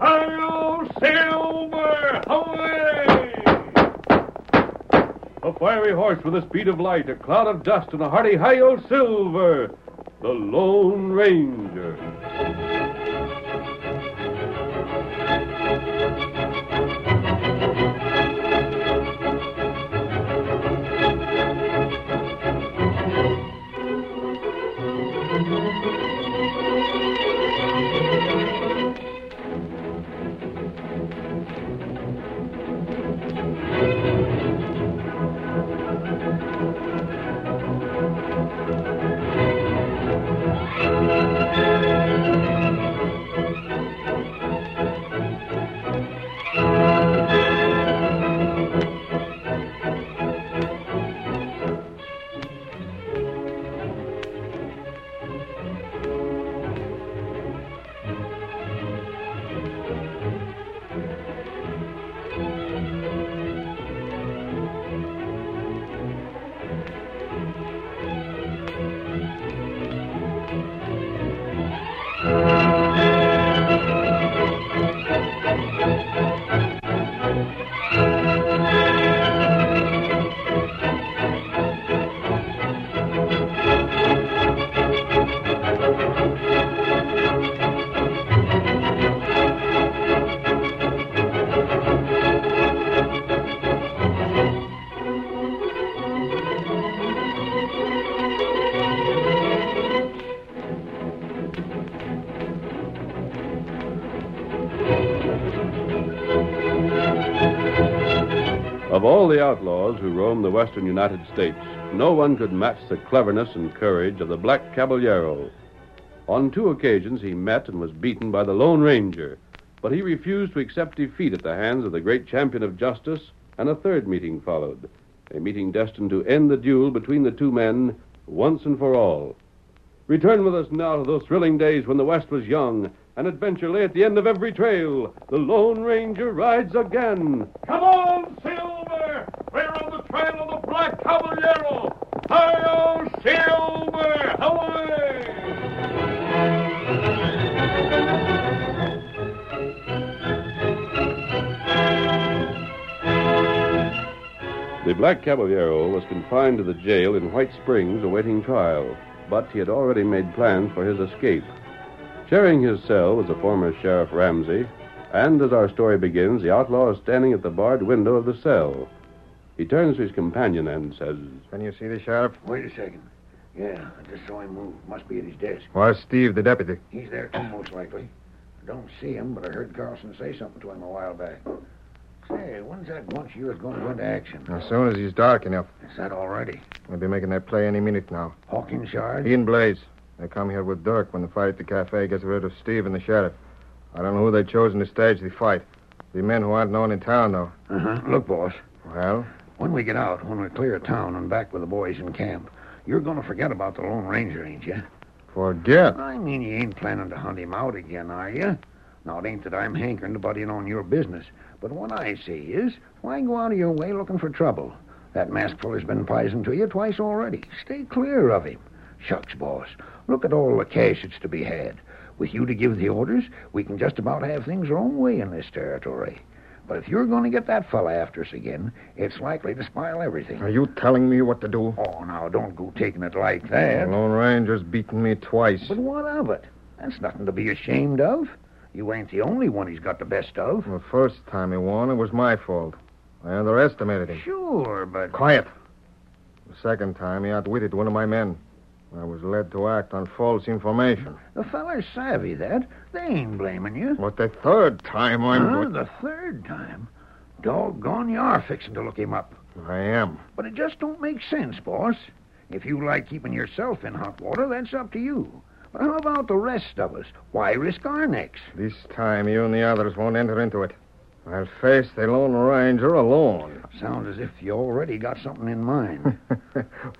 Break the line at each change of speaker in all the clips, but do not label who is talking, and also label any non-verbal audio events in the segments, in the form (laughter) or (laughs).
Hail, Silver! Away! A fiery horse with the speed of light, a cloud of dust, and a hearty Hail, Silver! The Lone Ranger. Of all the outlaws who roamed the western United States, no one could match the cleverness and courage of the Black Caballero. On two occasions he met and was beaten by the Lone Ranger, but he refused to accept defeat at the hands of the great champion of justice, and a third meeting followed, a meeting destined to end the duel between the two men once and for all. Return with us now to those thrilling days when the West was young, and adventure lay at the end of every trail. The Lone Ranger rides again. Come on, Silver! We're on the trail of the Black Caballero! Hi-yo, Silver! Away! The Black Caballero was confined to the jail in White Springs awaiting trial, but he had already made plans for his escape. Sharing his cell was the former Sheriff Ramsey, and as our story begins, the outlaw is standing at the barred window of the cell. He turns to his companion and says,
Can you see the sheriff?
Wait a second. Yeah, I just saw him move. Must be at his desk.
Why, Steve, the deputy.
He's there too, most likely. I don't see him, but I heard Carlson say something to him a while back. Say, when's that bunch of yours going to go into action?
As soon as he's dark enough,
Is that already?
they'll be making their play any minute now.
Hawkins Shard?
He and Blaze. They come here with Dirk when the fight at the cafe gets rid of Steve and the sheriff. I don't know who they've chosen to stage the fight. The men who aren't known in town, though.
Uh-huh. Look, boss,
Well,
when we get out, when we clear town and back with the boys in camp, you're going to forget about the Lone Ranger, ain't you?
forget.
I mean, you ain't planning to hunt him out again, are you? Now, it ain't that I'm hankering to butt in on your business, but what I say is, why go out of your way looking for trouble? That maskful has been poison to you twice already. Stay clear of him. Shucks, boss. Look at all the cash that's to be had. With you to give the orders, we can just about have things our own way in this territory. But if you're going to get that fella after us again, it's likely to spoil everything.
Are you telling me what to do?
Oh, now, don't go taking it like
The
that.
Lone Ranger's beaten me twice.
But what of it? That's nothing to be ashamed of. You ain't the only one he's got the best of.
The first time he won, it was my fault. I underestimated him.
Sure, but.
Quiet. The second time, he outwitted one of my men. I was led to act on false information.
The feller's savvy, that. They ain't blaming you.
But the third time, I'm.
Huh? The third time? Doggone, you are fixing to look him up.
I am.
But it just don't make sense, boss. If you like keeping yourself in hot water, that's up to you. But how about the rest of us? Why risk our necks?
This time you and the others won't enter into it. I'll face the Lone Ranger alone. (laughs)
Sounds as if you already got something in mind.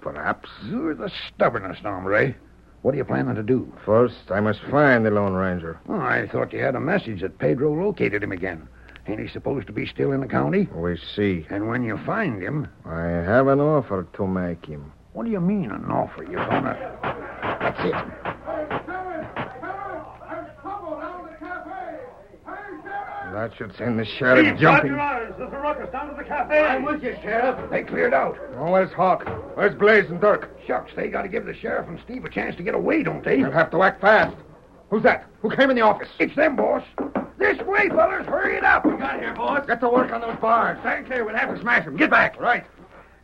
Perhaps.
You're the stubbornest hombre. What are you planning to do?
First, I must find the Lone Ranger.
Oh, I thought you had a message that Pedro located him again. Ain't he supposed to be still in the county?
We see.
And when you find him,
I have an offer to make him.
what do you mean an offer? You're gonna. That's it.
That should send the sheriff jumping.
There's a ruckus down to the cafe. I'm with you, Sheriff.
They cleared out.
Oh, where's Hawk? Where's Blaze and Dirk?
Shucks, they gotta give the sheriff and Steve a chance to get away, don't they?
They'll have to act fast. Who's that? Who came in the office?
It's them, boss. This way, fellas. Hurry it up. We got here, boss.
Get to work on those bars.
Stand clear. We'll have to smash them. Get back. Right.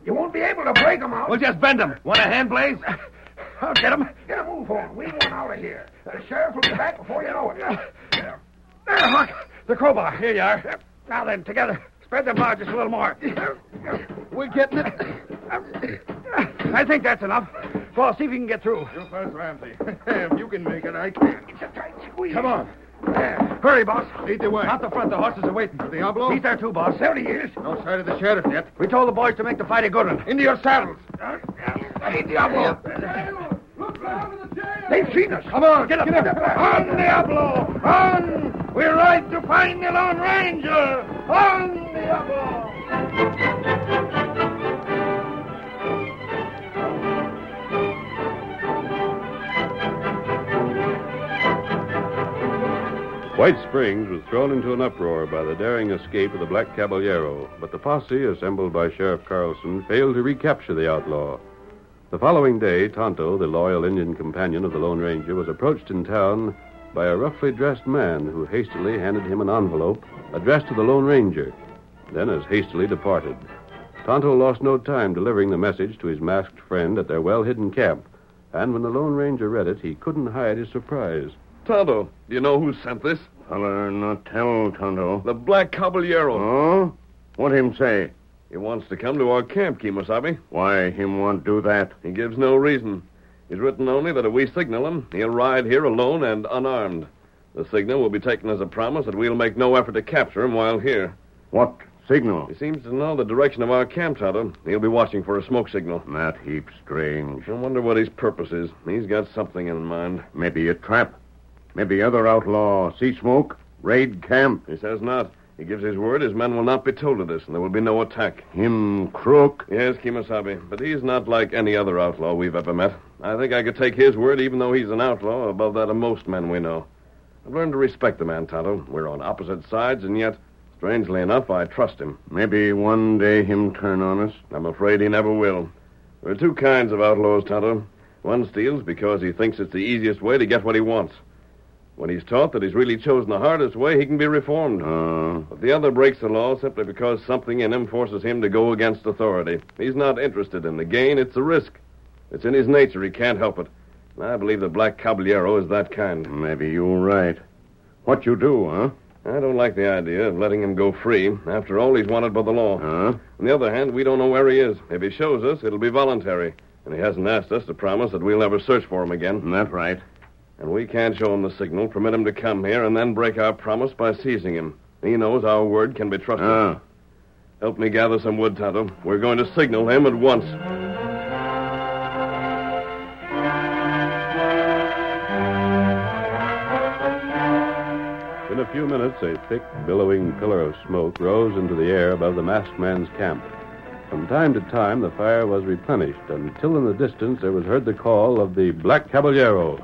You won't be able to break them out.
just bend them. Want a hand,
(laughs)
Blaze?
I'll get him. Get a move on. We want out of here. The sheriff will be back before you know it. Get him. There, Huck. The crowbar. Here you are. Now then, together. Spread them out just a little more. We're getting it. I think that's enough. Paul, see if you can get through.
You first, Ramsey. (laughs) if you can make it, I can.
It's a tight squeeze.
Come on.
There. Hurry, boss.
Lead the way.
Out the front. The horses are waiting.
Diablo?
He's there, too, boss. There he is.
No sight of the sheriff yet.
We told the boys to make the fight a good one.
Into your saddles.
Hey, Diablo. They've seen us. Come on, get up. Get up. On, Diablo. On. We ride to find the Lone Ranger. On, Diablo.
White Springs was thrown into an uproar by the daring escape of the Black Caballero, but the posse, assembled by Sheriff Carlson, failed to recapture the outlaw. The following day, Tonto, the loyal Indian companion of the Lone Ranger, was approached in town by a roughly dressed man who hastily handed him an envelope addressed to the Lone Ranger, then as hastily departed. Tonto lost no time delivering the message to his masked friend at their well hidden camp, and when the Lone Ranger read it, he couldn't hide his surprise.
Tonto, do you know who sent this?
Holler, not tell, Tonto.
The Black Caballero.
Oh? What him say?
He wants to come to our camp, Kimosabe.
Why him want do that?
He gives no reason. He's written only that if we signal him, he'll ride here alone and unarmed. The signal will be taken as a promise that we'll make no effort to capture him while here.
What signal?
He seems to know the direction of our camp, Tonto. He'll be watching for a smoke signal.
That heap strange.
I wonder what his purpose is. He's got something in mind.
Maybe a trap. Maybe other outlaw see smoke, raid camp.
He says not. He gives his word his men will not be told of this, and there will be no attack.
Him crook.
Yes, Kimosabe, but he's not like any other outlaw we've ever met. I think I could take his word, even though he's an outlaw, above that of most men we know. I've learned to respect the man, Tonto. We're on opposite sides, and yet, strangely enough, I trust him.
Maybe one day him turn on us.
I'm afraid he never will. There are two kinds of outlaws, Tonto. One steals because he thinks it's the easiest way to get what he wants. When he's taught that he's really chosen the hardest way, he can be reformed.
Uh,
But the other breaks the law simply because something in him forces him to go against authority. He's not interested in the gain, it's the risk. It's in his nature, he can't help it. And I believe the Black Caballero is that kind.
maybe you right. What you do, huh?
I don't like the idea of letting him go free. After all, he's wanted by the law.
Huh?
On the other hand, we don't know where he is. If he shows us, it'll be voluntary. And he hasn't asked us to promise that we'll ever search for him again.
That right.
And we can't show him the signal, permit him to come here, and then break our promise by seizing him. He knows our word can be trusted.
Ah.
Help me gather some wood, Tonto. We're going to signal him at once.
In a few minutes, a thick, billowing pillar of smoke rose into the air above the masked man's camp.
From time to time, the fire was replenished until in the distance there was heard the call of the Black Caballero.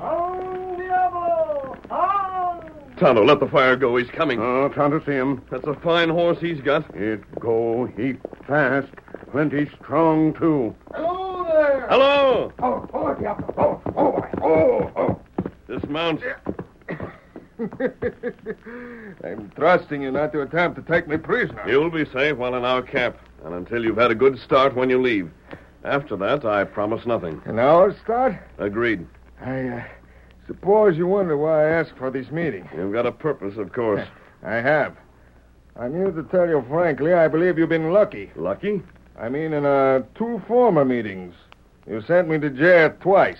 Tonto, let the fire go. He's coming.
Oh, trying to see him.
That's a fine horse he's got.
It go heap fast, plenty strong too.
Hello there.
Hello!
Oh, oh, Diablo. Oh, oh, boy. Oh, oh.
Dismount.
I'm trusting you not to attempt to take me prisoner.
You'll be safe while in our camp, and until you've had a good start when you leave. After that, I promise nothing.
An hour's start?
Agreed.
I uh, suppose you wonder why I asked for this meeting.
You've got a purpose, of course.
I have. I'm here to tell you frankly, I believe you've been lucky.
Lucky?
I mean, in uh, two former meetings, you sent me to jail twice.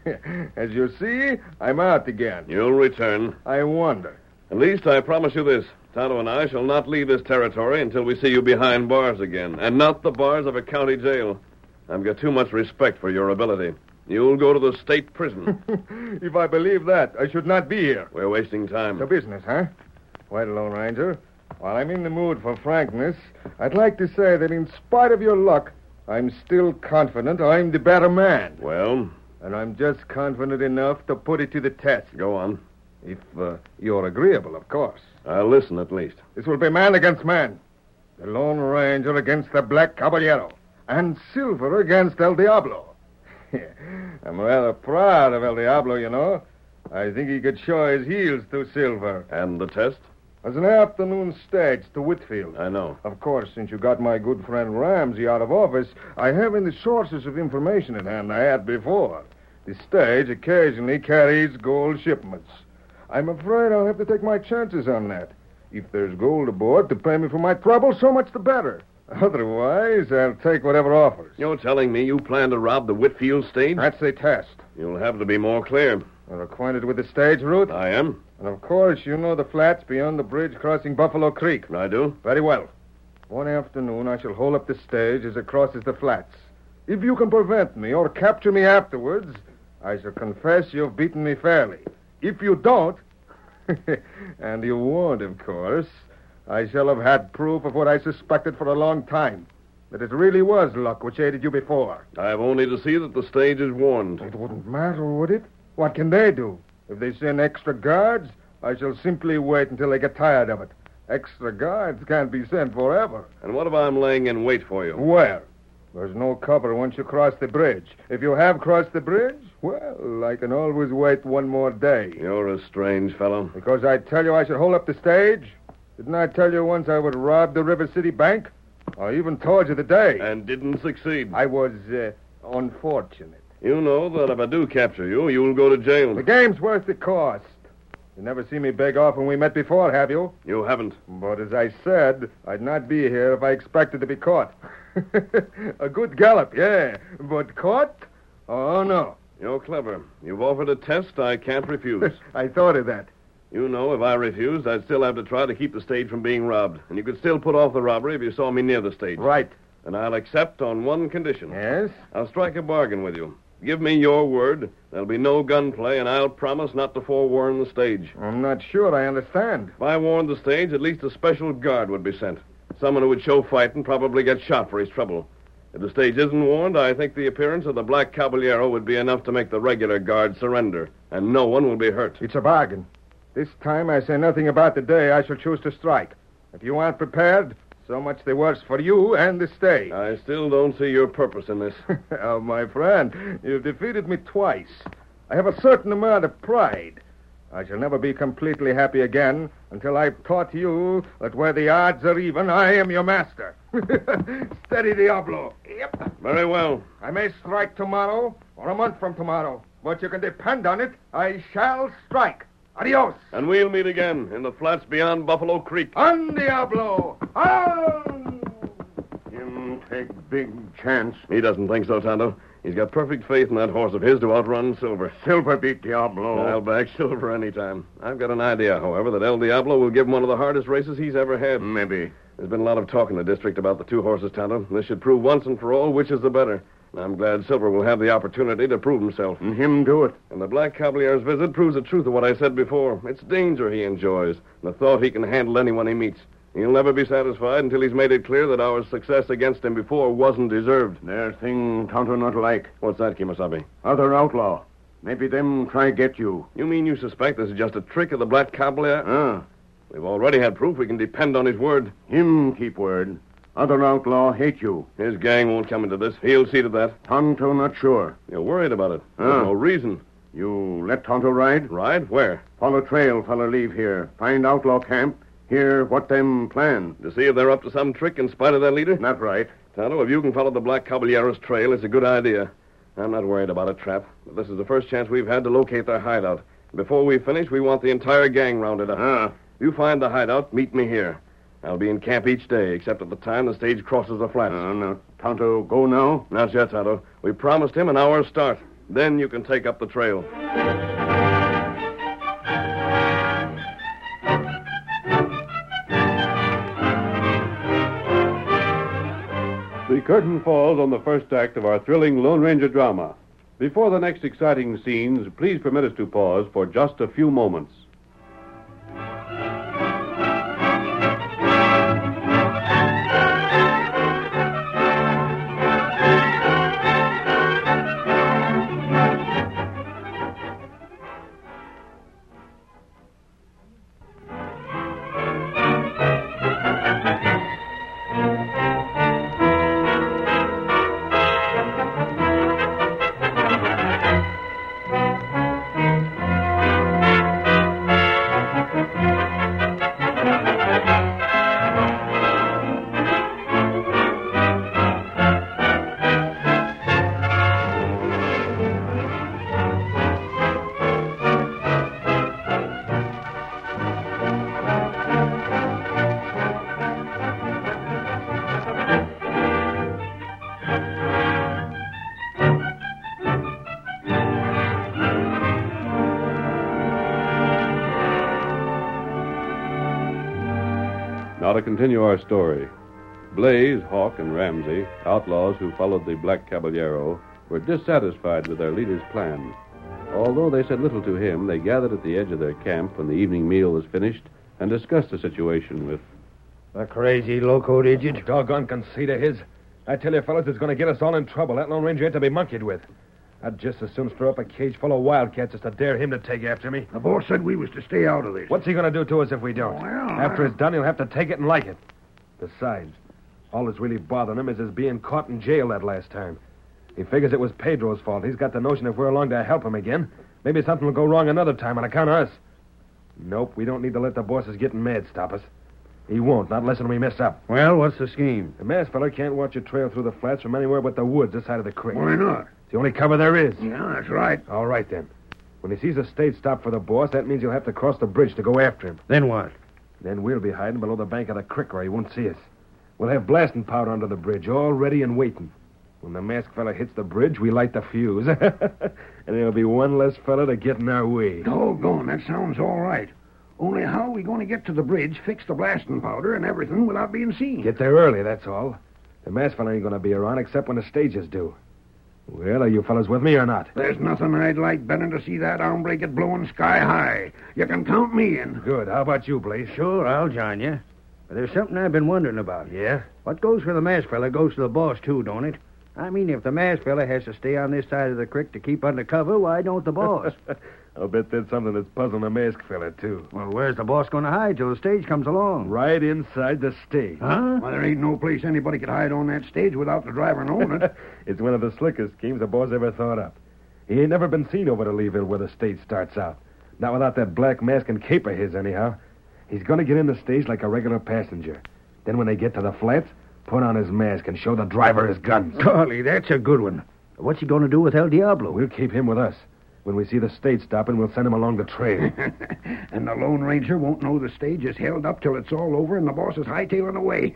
(laughs) As you see, I'm out again.
You'll return.
I wonder. (laughs)
At least I promise you this. Tonto and I shall not leave this territory until we see you behind bars again, and not the bars of a county jail. I've got too much respect for your ability. You'll go to the state
Hmm.
prison.
If I believe that, I should not be here.
We're wasting
The
time.
business, huh? Wait, Lone Ranger. While I'm in the mood for frankness, I'd like to say that in spite of your luck, I'm still confident I'm the better man.
Well,
And I'm just confident enough to put it to the test.
go on.
If uh, you're agreeable, of course.
I'll listen at least.
This will be man against man. The Lone Ranger against the Black Caballero. And Silver against El Diablo. (laughs) I'm rather proud of El Diablo, you know. I think he could show his heels to Silver.
And the test?
As an afternoon stage to Whitfield.
I know.
Of course, since you got my good friend Ramsey out of office, I haven't the sources of information at hand I had before. The stage occasionally carries gold shipments. I'm afraid I'll have to take my chances on that. If there's gold aboard to pay me for my trouble, so much the better. Otherwise, I'll take whatever offers.
You're telling me you plan to rob the Whitfield stage?
That's the test.
You'll have to be more clear.
You're acquainted with the stage route?
I am.
And of course, you know the flats beyond the bridge crossing Buffalo Creek.
I do.
Very well. One afternoon, I shall hold up the stage as it crosses the flats. If you can prevent me or capture me afterwards, I shall confess you've beaten me fairly. If you don't, (laughs) and you won't, of course, I shall have had proof of what I suspected for a long time that it really was luck which aided you before.
I've only to see that the stage is warned.
It wouldn't matter, would it? What can they do? If they send extra guards, I shall simply wait until they get tired of it. Extra guards can't be sent forever.
And what if I'm laying in wait for you?
Where? There's no cover once you cross the bridge. If you have crossed the bridge, well, I can always wait one more day.
You're a strange fellow.
Because I tell you I should hold up the stage. Didn't I tell you once I would rob the River City Bank? I even told you the day.
And didn't succeed.
I was uh, unfortunate.
You know that if I do capture you, you'll go to jail.
The game's worth the cost. You never see me beg off when we met before, have you?
You haven't.
But as I said, I'd not be here if I expected to be caught. (laughs) A good gallop, yeah. But caught? Oh, no.
You're clever. You've offered a test I can't refuse.
I thought of that.
you know, if I refused, I'd still have to try to keep the stage from being robbed. And you could still put off the robbery if you saw me near the stage.
Right.
And I'll accept on one condition.
Yes?
I'll strike a bargain with you. Give me your word. There'll be no gunplay, and I'll promise not to forewarn the stage.
I'm not sure I understand.
If I warned the stage, at least a special guard would be sent. Someone who would show fight and probably get shot for his trouble. If the stage isn't warned, I think the appearance of the black caballero would be enough to make the regular guard surrender, and no one will be hurt.
It's a bargain. This time I say nothing about the day I shall choose to strike. If you aren't prepared, so much the worse for you and the state.
I still don't see your purpose in this.
(laughs)
(laughs)
oh, my friend, you've defeated me twice. I have a certain amount of pride. I shall never be completely happy again until I've taught you that where the odds are even, I am your master. (laughs) Steady, Diablo. Yep.
Very well.
I may strike tomorrow or a month from tomorrow, but you can depend on it. I shall strike. Adios.
And we'll meet again in the flats beyond Buffalo Creek.
On Diablo. On.
Him take big chance.
He doesn't think so, Tonto. He's got perfect faith in that horse of his to outrun Silver.
Silver beat Diablo.
I'll back Silver any time. I've got an idea, however, that El Diablo will give him one of the hardest races he's ever had.
Maybe.
There's been a lot of talk in the district about the two horses, Tonto. This should prove once and for all which is the better. And I'm glad Silver will have the opportunity to prove himself.
And him do it.
And the Black Cavalier's visit proves the truth of what I said before. It's danger he enjoys, and the thought he can handle anyone he meets. He'll never be satisfied until he's made it clear that our success against him before wasn't deserved.
There thing Tonto not like.
What's that, Kimasabi?
Other outlaw. Maybe them try get you.
You mean you suspect this is just a trick of the Black Cavalier?
Ah,
We've already had proof we can depend on his word.
him keep word. Other outlaw hate you.
His gang won't come into this. He'll see to that.
Tonto not sure.
You're worried about it. There's
Huh.
no reason.
You let Tonto ride?
Ride? Where?
Follow trail, fella leave here. Find outlaw camp. Hear what them plan.
To see if they're up to some trick in spite of their leader?
Not right.
Tonto, if you can follow the Black Caballero's trail, it's a good idea. I'm not worried about a trap. But this is the first chance we've had to locate their hideout. Before we finish, we want the entire gang rounded up.
Ah,
You find the hideout, meet me here. I'll be in camp each day, except at the time the stage crosses the flats.
uh, now Tonto go now.
Not yet, Tonto. We promised him an hour's start. Then you can take up the trail. The curtain falls on the first act of our thrilling Lone Ranger drama. Before the next exciting scenes, please permit us to pause for just a few moments. Now to continue our story. Blaze, Hawk, and Ramsey, outlaws who followed the Black Caballero, were dissatisfied with their leader's plan. Although they said little to him, they gathered at the edge of their camp when the evening meal was finished and discussed the situation with.
The crazy loco idiot.
Doggone conceit of his. I tell you, fellas, it's going to get us all in trouble. That Lone Ranger ain't to be monkeyed with. I'd just as soon stir up a cage full of wildcats as to dare him to take after me.
The boss said we was to stay out of this.
What's he going to do to us if we don't?
Well,
After it's done, he'll have to take it and like it. Besides, all that's really bothering him is his being caught in jail that last time. He figures it was Pedro's fault. He's got the notion if we're along to help him again, maybe something will go wrong another time on account of us. Nope, we don't need to let the bosses getting mad stop us. He won't, not less than we mess up.
Well, what's the scheme?
The masked fella can't watch a trail through the flats from anywhere but the woods this side of the creek.
Why not?
It's the only cover there is.
Yeah, that's right.
All right, then. When he sees a stage stop for the boss, that means he'll have to cross the bridge to go after him.
Then what?
Then we'll be hiding below the bank of the creek where he won't see us. We'll have blasting powder under the bridge, all ready and waiting. When the masked fella hits the bridge, we light the fuse. (laughs) and there'll be one less fella to get in our way.
Doggone, that sounds all right. Only how are we going to get to the bridge, fix the blasting powder and everything without being seen?
Get there early, that's all. The masked fella ain't gonna be around except when the stages do. Well, are you fellas with me or not?
There's nothing I'd like better than to see that hombre get blowing sky high. You can count me in.
Good. How about you, Blaze?
Sure, I'll join you. But there's something I've been wondering about.
Yeah?
What goes for the masked fella goes to the boss, too, don't it? I mean, if the masked fella has to stay on this side of the creek to keep under cover, why don't the
(laughs)
boss?
I'll bet that's something that's puzzling the masked fella, too.
well, where's the boss going to hide till the stage comes along?
Right inside the stage.
Huh?
Well, there ain't no place anybody could hide on that stage without the driver knowing
(laughs)
it.
It's one of the slickest schemes the boss ever thought up. He ain't never been seen over to Leeville where the stage starts out. Not without that black mask and cape of his, anyhow. He's gonna get in the stage like a regular passenger. Then when they get to the flats, put on his mask and show the driver his guns.
Golly, that's a good one. What's he going to do with El Diablo?
We'll keep him with us. When we see the stage stopping, we'll send him along the
(laughs)
trail.
(laughs) and the Lone Ranger won't know the stage is held up till it's all over and the boss is hightailing away.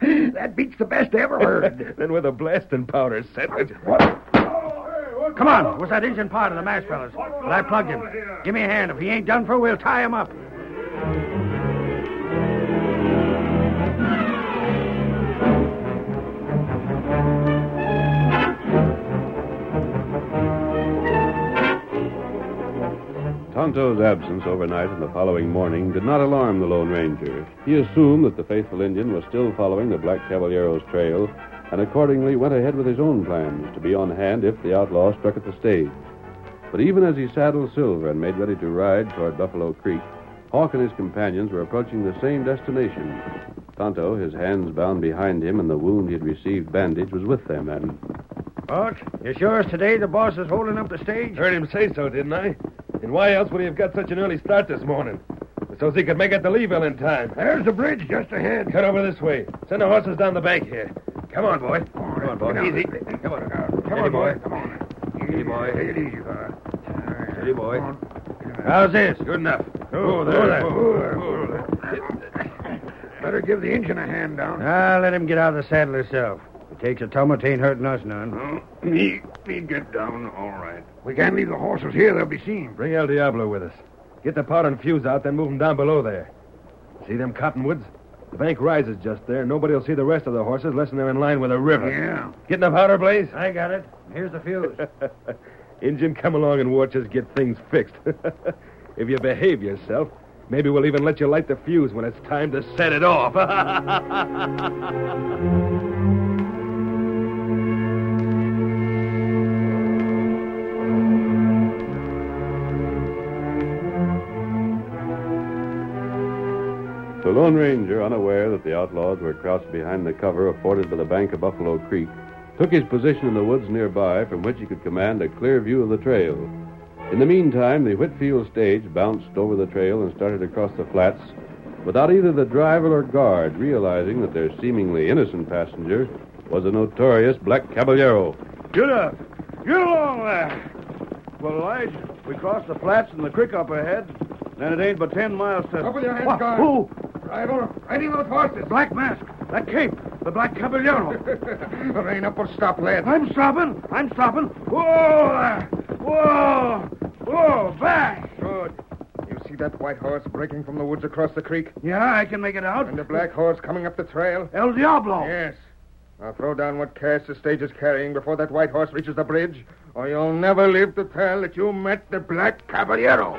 (laughs) that beats the best I ever heard.
then with a blasting powder set.
Come on. What's that engine part of the masked fellas? Well, I plugged him. Give me a hand. If he ain't done for, we'll tie him up.
Tonto's absence overnight and the following morning did not alarm the Lone Ranger. He assumed that the faithful Indian was still following the Black Caballero's trail, and accordingly went ahead with his own plans to be on hand if the outlaw struck at the stage. But even as he saddled Silver and made ready to ride toward Buffalo Creek, Hawk and his companions were approaching the same destination. Tonto, his hands bound behind him and the wound he had received bandaged, was with them then.
Hawk, you sure as today the boss is holding up the stage?
Heard him say so, didn't I? And why else would he have got such an early start this morning? So's he could make it to Leeville in time.
There's the bridge just ahead.
Cut over this way. Send the horses down the bank here. Come on, boy. Come on, boy. Easy. Come on.
Come
Steady,
on,
boy.
boy. Come on.
Steady, boy.
Take it easy, fella.
Steady, boy.
Come on.
How's this? Good enough. Oh, there.
Oh, Better give the engine a hand down.
Ah, let him get out of the saddle himself. If he takes a tumble, it ain't hurting us none.
No, he, he get down all right. We can't leave the horses here. They'll be seen.
Bring El Diablo with us. Get the powder and fuse out, then move 'em down below there. See them cottonwoods?
The bank rises just there, and nobody will see the rest of the horses unless they're in line with the river.
Yeah.
Getting up powder, Blaze?
I got it. Here's the
(laughs)
fuse.
Injun, come along and watch us get things fixed. (laughs) if you behave yourself, maybe we'll even let you light the fuse when it's time to set it off. (laughs)
The Lone Ranger, unaware that the outlaws were crouched behind the cover afforded by the bank of Buffalo Creek, took his position in the woods nearby from which he could command a clear view of the trail. In the meantime, the Whitfield stage bounced over the trail and started across the flats without either the driver or guard realizing that their seemingly innocent passenger was a notorious black caballero.
Get up. Get along there. Well, Lige, we crossed the flats and the creek up ahead. Then it ain't but ten miles to. Up with your hands, guard. Who? Driver, riding those horses. (laughs) Black mask. That cape. The black caballero.
(laughs)
Rein up or stop, lad. I'm stopping. I'm stopping. Whoa there. Whoa. Whoa, back. Good. You see that white horse breaking from the woods across the creek?
Yeah, I can make it out.
And the black horse coming up the trail?
El Diablo.
Yes. Now throw down what cash the stage is carrying before that white horse reaches the bridge, or you'll never live to tell that you met the black caballero.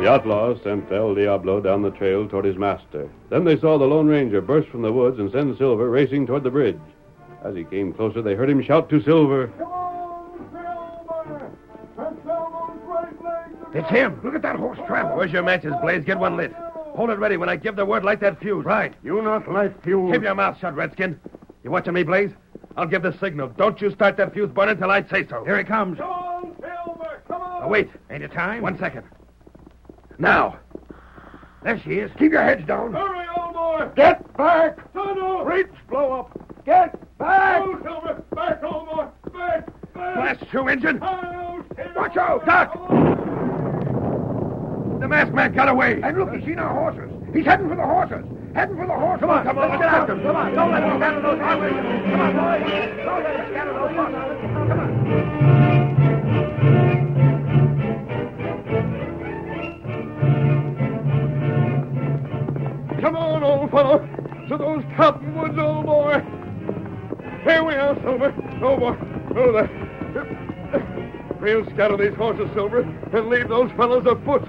The outlaws sent El Diablo down the trail toward his master. Then they saw the Lone Ranger burst from the woods and send Silver racing toward the bridge. As he came closer, they heard him shout to Silver.
It's him. Look at that horse travel.
Where's your matches, Blaze? Get one lit. Hold it ready. When I give the word, light that fuse. Right.
You not light fuel.
Keep your mouth shut, Redskin. You watching me, Blaze? I'll give the signal. Don't you start that fuse burning till I say so.
Here he comes.
Now, wait.
Ain't it time?
One second. Now. Oh.
There she is. Keep your heads down.
Hurry, old boy!
Get back.
Tunnel!
Bridge blow up. Get back.
Oh, Silver! Back, old boy! Back! Back!
Blast you, engine.
Oh, Silver!
Watch out. Duck.
The masked man got away.
And look, he's seen our horses. He's heading for the horses. Heading for the horses. Come on, come on. Let's get after him. Come on. Don't let him scatter those horses. Come on, boys. Don't let him scatter those horses. Come on.
Come on, old fellow! To those cottonwoods, old boy! Here we are, Silver. Oh, boy. Oh, there. We'll scatter these horses, Silver, and leave those fellows afoot.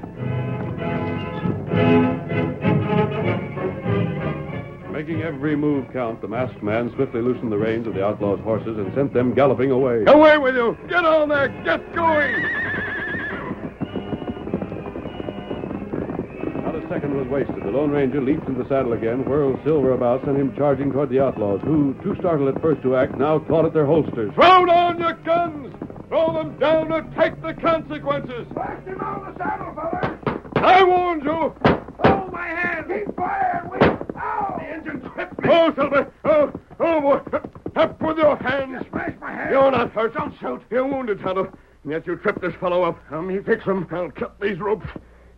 Making every move count, the masked man swiftly loosened the reins of the outlaws' horses and sent them galloping away.
Away with you! Get on there! Get going!
Not a second was wasted. The Lone Ranger leaped into the saddle again, whirled Silver about, sent him charging toward the outlaws, who, too startled at first to act, now clawed at their holsters.
Throw down your guns! Throw them down or take the consequences!
Blast him out of the saddle, fella.
I warned you!
Hold my hand. Keep firing. We. Ow. The engine tripped me.
Oh, Silver! Oh, oh, boy! Up with your hands!
Smash my hand.
You're not hurt. Don't shoot. You're wounded, Tonto. And yet you tripped this fellow up. Help me fix him. I'll cut these ropes.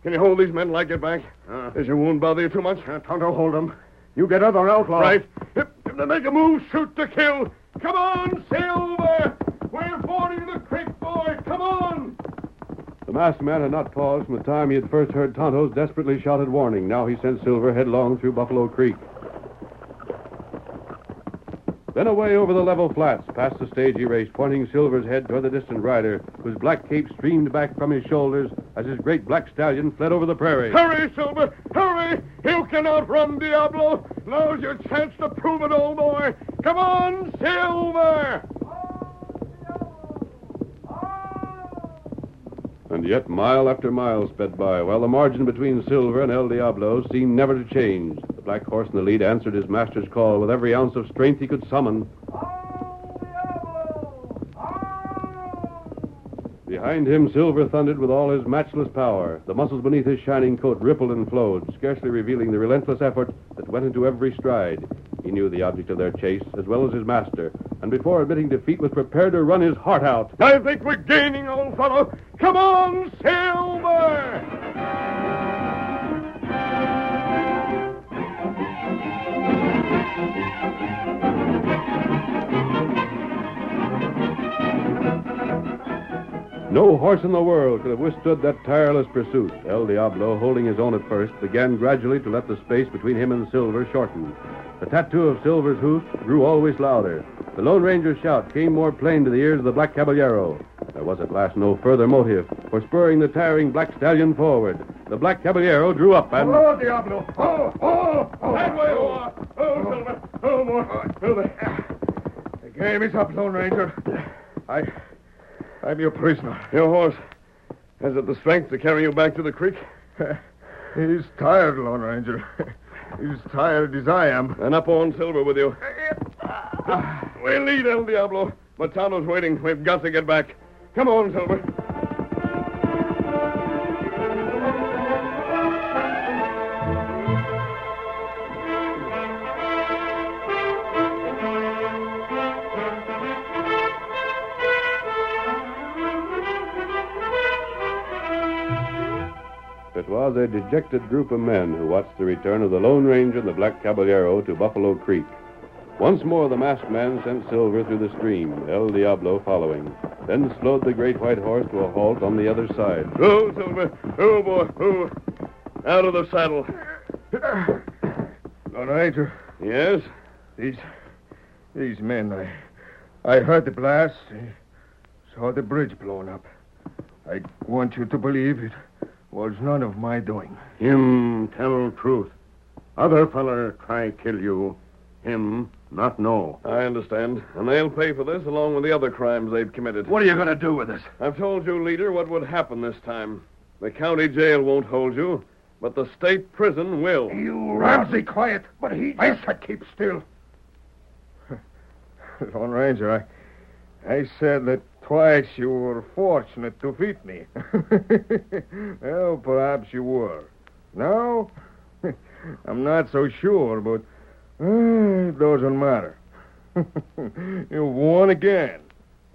Can you hold these men till I get back?
Uh.
Does your wound bother you too much?
Tonto, hold him. You get other outlaws.
Right. If, if they make a move, shoot to kill. Come on, Silver! We're fording the creek, boy. Come on!
The masked man had not paused from the time he had first heard Tonto's desperately shouted warning. Now he sent Silver headlong through Buffalo Creek. Then away over the level flats, past the stage he raced, pointing Silver's head toward the distant rider, whose black cape streamed back from his shoulders as his great black stallion fled over the prairie.
Hurry, Silver! Hurry! You can outrun Diablo! Now's your chance to prove it, old boy! Come on, Silver!
And yet, mile after mile sped by, while the margin between Silver and El Diablo seemed never to change. The black horse in the lead answered his master's call with every ounce of strength he could summon. Behind him, Silver thundered with all his matchless power. The muscles beneath his shining coat rippled and flowed, scarcely revealing the relentless effort that went into every stride. He knew the object of their chase, as well as his master, and before admitting defeat, was prepared to run his heart out.
I think we're gaining, old fellow! Come on, Silver!
No horse in the world could have withstood that tireless pursuit. El Diablo, holding his own at first, began gradually to let the space between him and Silver shorten. The tattoo of Silver's hoofs grew always louder. The Lone Ranger's shout came more plain to the ears of the black caballero. There was at last no further motive for spurring the tiring black stallion forward. The black caballero drew up and.
Oh, Diablo! Oh, oh, oh!
That way, Omar.
Oh, Silver! Oh, more! Silver! The game is up, Lone Ranger. I. I'm your prisoner.
Your horse. Has it the strength to carry you back to the creek?
(laughs) He's tired, Lone Ranger. (laughs) He's tired as I am.
And up on Silver with
(laughs)
you. We lead El Diablo. Matano's waiting. We've got to get back. Come on, Silver.
It was a dejected group of men who watched the return of the Lone Ranger and the Black Caballero to Buffalo Creek. Once more, the masked man sent Silver through the stream, El Diablo following, then slowed the great white horse to a halt on the other side.
Oh, Silver. Oh, boy. Oh. Out of the saddle.
Lone Ranger,
Yes?
these. These men, I. I heard the blast, I saw the bridge blown up. I want you to believe it was none of my doing.
Him tell truth. Other feller try kill you. Him not know.
I understand. And they'll pay for this along with the other crimes they've committed.
What are you going to do with us?
I've told you, leader, what would happen this time. The county jail won't hold you, but the state prison will.
You
Ramsey, quiet!
But he.
I said keep still. (laughs) Lone Ranger, I, I said that twice you were fortunate to beat me. (laughs) well, perhaps you were. Now, (laughs) I'm not so sure, but uh, it doesn't matter. (laughs) you won again.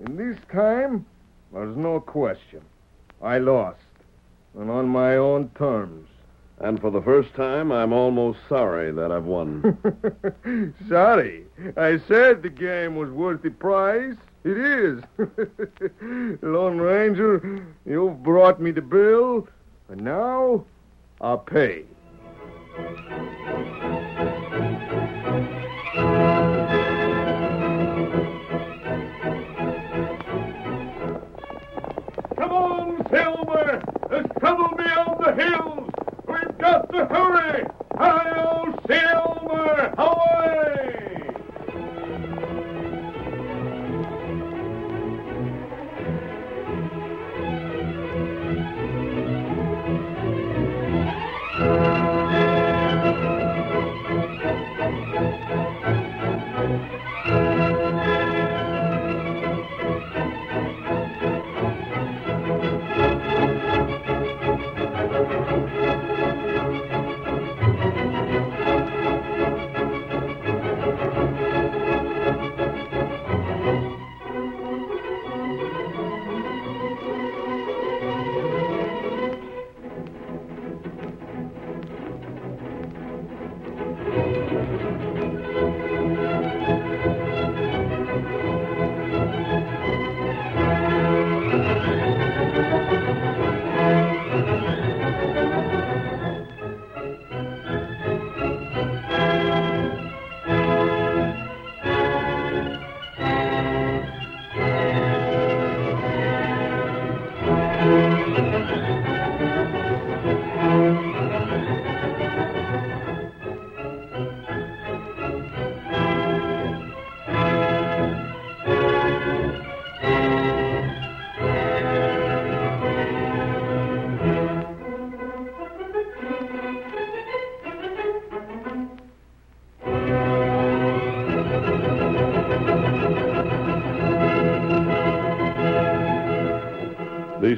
And this time, there's no question. I lost. And on my own terms.
And for the first time, I'm almost sorry that I've won. (laughs)
(laughs) Sorry. I said the game was worth the price. It is. (laughs) Lone Ranger, you've brought me the bill, and now I'll pay.
Come on, Silver! There's trouble beyond the hills! We've got to hurry! Hi, Silver! Away!
The